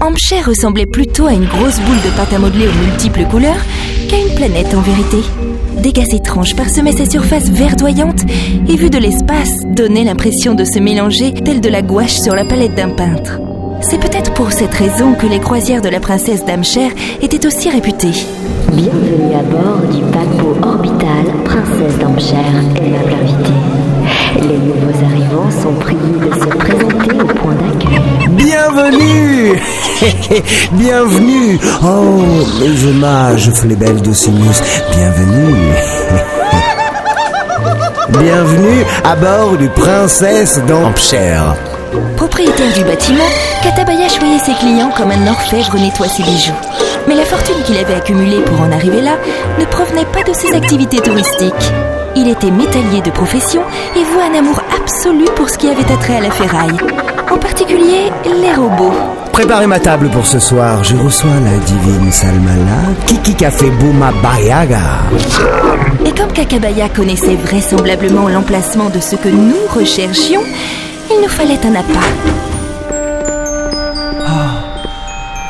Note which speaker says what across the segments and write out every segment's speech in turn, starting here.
Speaker 1: Hampshire ressemblait plutôt à une grosse boule de pâte à modeler aux multiples couleurs qu'à une planète en vérité. Des gaz étranges parsemaient sa surface verdoyante et vue de l'espace donnait l'impression de se mélanger telle de la gouache sur la palette d'un peintre. C'est peut-être pour cette raison que les croisières de la princesse d'Hampshire étaient aussi réputées.
Speaker 2: Bienvenue à bord du paquebot orbital Princesse d'Hampshire, aimable invité. Les nouveaux arrivants sont priés de se présenter au point d'accueil.
Speaker 3: Bienvenue Bienvenue Oh, les hommages flébelles de Sinus, bienvenue Bienvenue à bord du Princesse d'Hampshire.
Speaker 1: Propriétaire du bâtiment, Katabaya choyait ses clients comme un orfèvre nettoie ses bijoux. Mais la fortune qu'il avait accumulée pour en arriver là ne provenait pas de ses activités touristiques. Il était métallier de profession et vouait un amour absolu pour ce qui avait attrait à la ferraille, en particulier les robots.
Speaker 3: Préparez ma table pour ce soir. Je reçois la divine Salmala, Kiki Café Bouma Bayaga.
Speaker 1: Et comme Kakabaya connaissait vraisemblablement l'emplacement de ce que nous recherchions, il nous fallait un appât.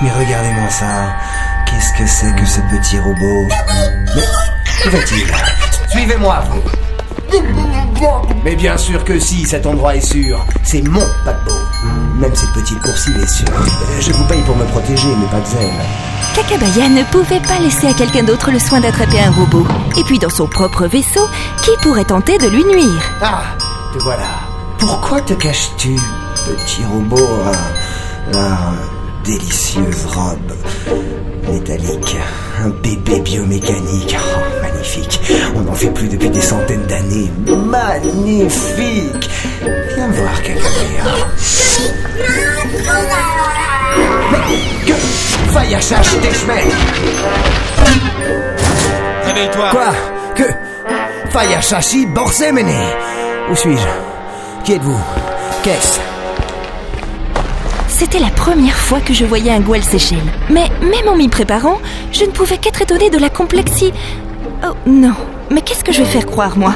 Speaker 3: Mais regardez-moi ça. Qu'est-ce que c'est que ce petit robot Mais où va-t-il Suivez-moi, vous. Mais bien sûr que si, cet endroit est sûr. C'est mon paquebot. Même cette petite course, il est sûr. Euh, Je vous paye pour me protéger, mais pas de zèle.
Speaker 1: Kakabaya ne pouvait pas laisser à quelqu'un d'autre le soin d'attraper un robot. Et puis dans son propre vaisseau, qui pourrait tenter de lui nuire
Speaker 3: Ah, te voilà. Pourquoi te caches-tu, petit robot, hein, la délicieuse robe métallique, un bébé biomécanique Oh, Magnifique, on n'en fait plus depuis des centaines d'années. Magnifique Viens voir, Cavalier. Que Vaya chasse tes chemins
Speaker 4: Réveille-toi
Speaker 3: Quoi Que Faya Shashi Borsemene Où suis-je Qui êtes-vous Qu'est-ce
Speaker 1: C'était la première fois que je voyais un goéle Seychelles. Mais même en m'y préparant, je ne pouvais qu'être étonnée de la complexité. Oh non, mais qu'est-ce que je vais faire croire, moi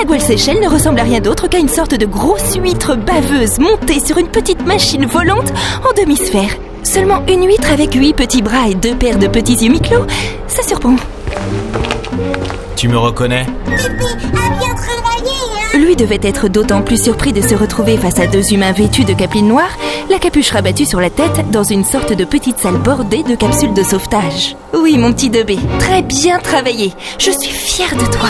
Speaker 1: Un goéle Seychelles ne ressemble à rien d'autre qu'à une sorte de grosse huître baveuse montée sur une petite machine volante en demi-sphère. Seulement une huître avec huit petits bras et deux paires de petits yeux mi-clos, ça surprend.
Speaker 4: Tu me reconnais
Speaker 1: Lui devait être d'autant plus surpris de se retrouver face à deux humains vêtus de capeline noire, la capuche rabattue sur la tête dans une sorte de petite salle bordée de capsules de sauvetage. Oui, mon petit Debé, très bien travaillé. Je suis fière de toi.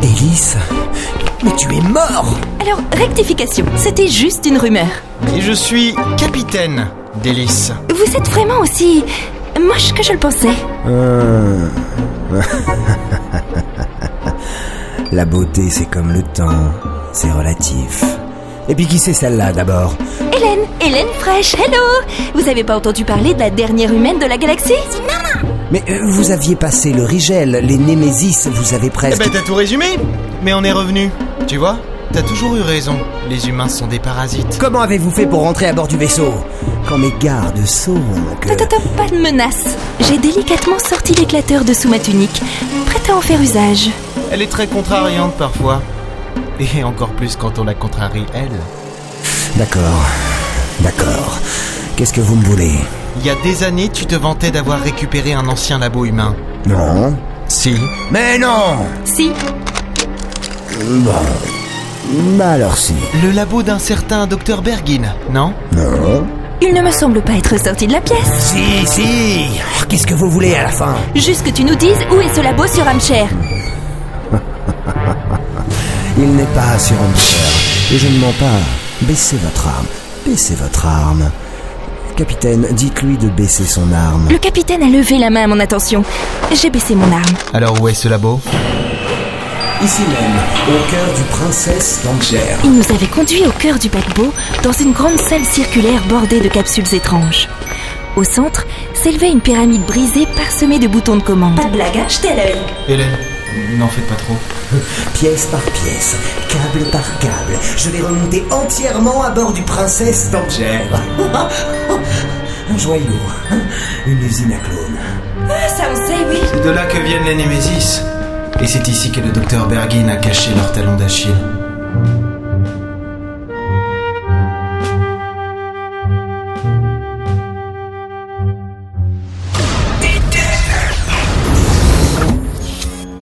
Speaker 3: Délice Mais tu es mort
Speaker 1: Alors, rectification, c'était juste une rumeur.
Speaker 4: Et je suis eh capitaine d'Hélice.
Speaker 1: Vous êtes vraiment aussi moche que je le pensais.
Speaker 3: Euh. La beauté, c'est comme le temps, c'est relatif. Et puis qui c'est celle-là d'abord
Speaker 1: Hélène, Hélène fraîche, hello Vous avez pas entendu parler de la dernière humaine de la galaxie
Speaker 3: Mais euh, vous aviez passé le Rigel, les Némésis, vous avez
Speaker 4: Eh
Speaker 3: presque...
Speaker 4: ben t'as tout résumé Mais on est revenu. Tu vois T'as toujours eu raison. Les humains sont des parasites.
Speaker 3: Comment avez-vous fait pour rentrer à bord du vaisseau Quand mes gardes sauvent que...
Speaker 1: Attends, attends, pas de menace. J'ai délicatement sorti l'éclateur de sous ma tunique, prête à en faire usage.
Speaker 4: Elle est très contrariante parfois. Et encore plus quand on la contrarie, elle.
Speaker 3: D'accord, d'accord. Qu'est-ce que vous me voulez
Speaker 4: Il y a des années, tu te vantais d'avoir récupéré un ancien labo humain.
Speaker 3: Non
Speaker 4: Si.
Speaker 3: Mais non
Speaker 1: Si,
Speaker 3: Bah alors si.
Speaker 4: Le labo d'un certain Dr Bergin, non
Speaker 3: Non
Speaker 1: il ne me semble pas être sorti de la pièce.
Speaker 3: Si, si Ah, Qu'est-ce que vous voulez à la fin
Speaker 1: Juste que tu nous dises où est ce labo sur Hampshire.
Speaker 3: Il n'est pas sur Hampshire. Et je ne mens pas. Baissez votre arme. Baissez votre arme. Capitaine, dites-lui de baisser son arme.
Speaker 1: Le capitaine a levé la main à mon attention. J'ai baissé mon arme.
Speaker 4: Alors où est ce labo
Speaker 3: Ici même, au cœur du princesse d'Angers.
Speaker 1: Il nous avait conduits au cœur du paquebot, dans une grande salle circulaire bordée de capsules étranges. Au centre s'élevait une pyramide brisée parsemée de boutons de commande. Pas de blague, hein, jetez à l'œil.
Speaker 4: Hélène, n'en faites pas trop.
Speaker 3: Pièce par pièce, câble par câble, je vais remonter entièrement à bord du Princesse d'Angers. Un joyau, hein. une usine à clones.
Speaker 1: Ah, Ça, on sait, oui.
Speaker 4: C'est de là que viennent les Némésis. Et c'est ici que le docteur Bergin a caché leur talon d'Achille.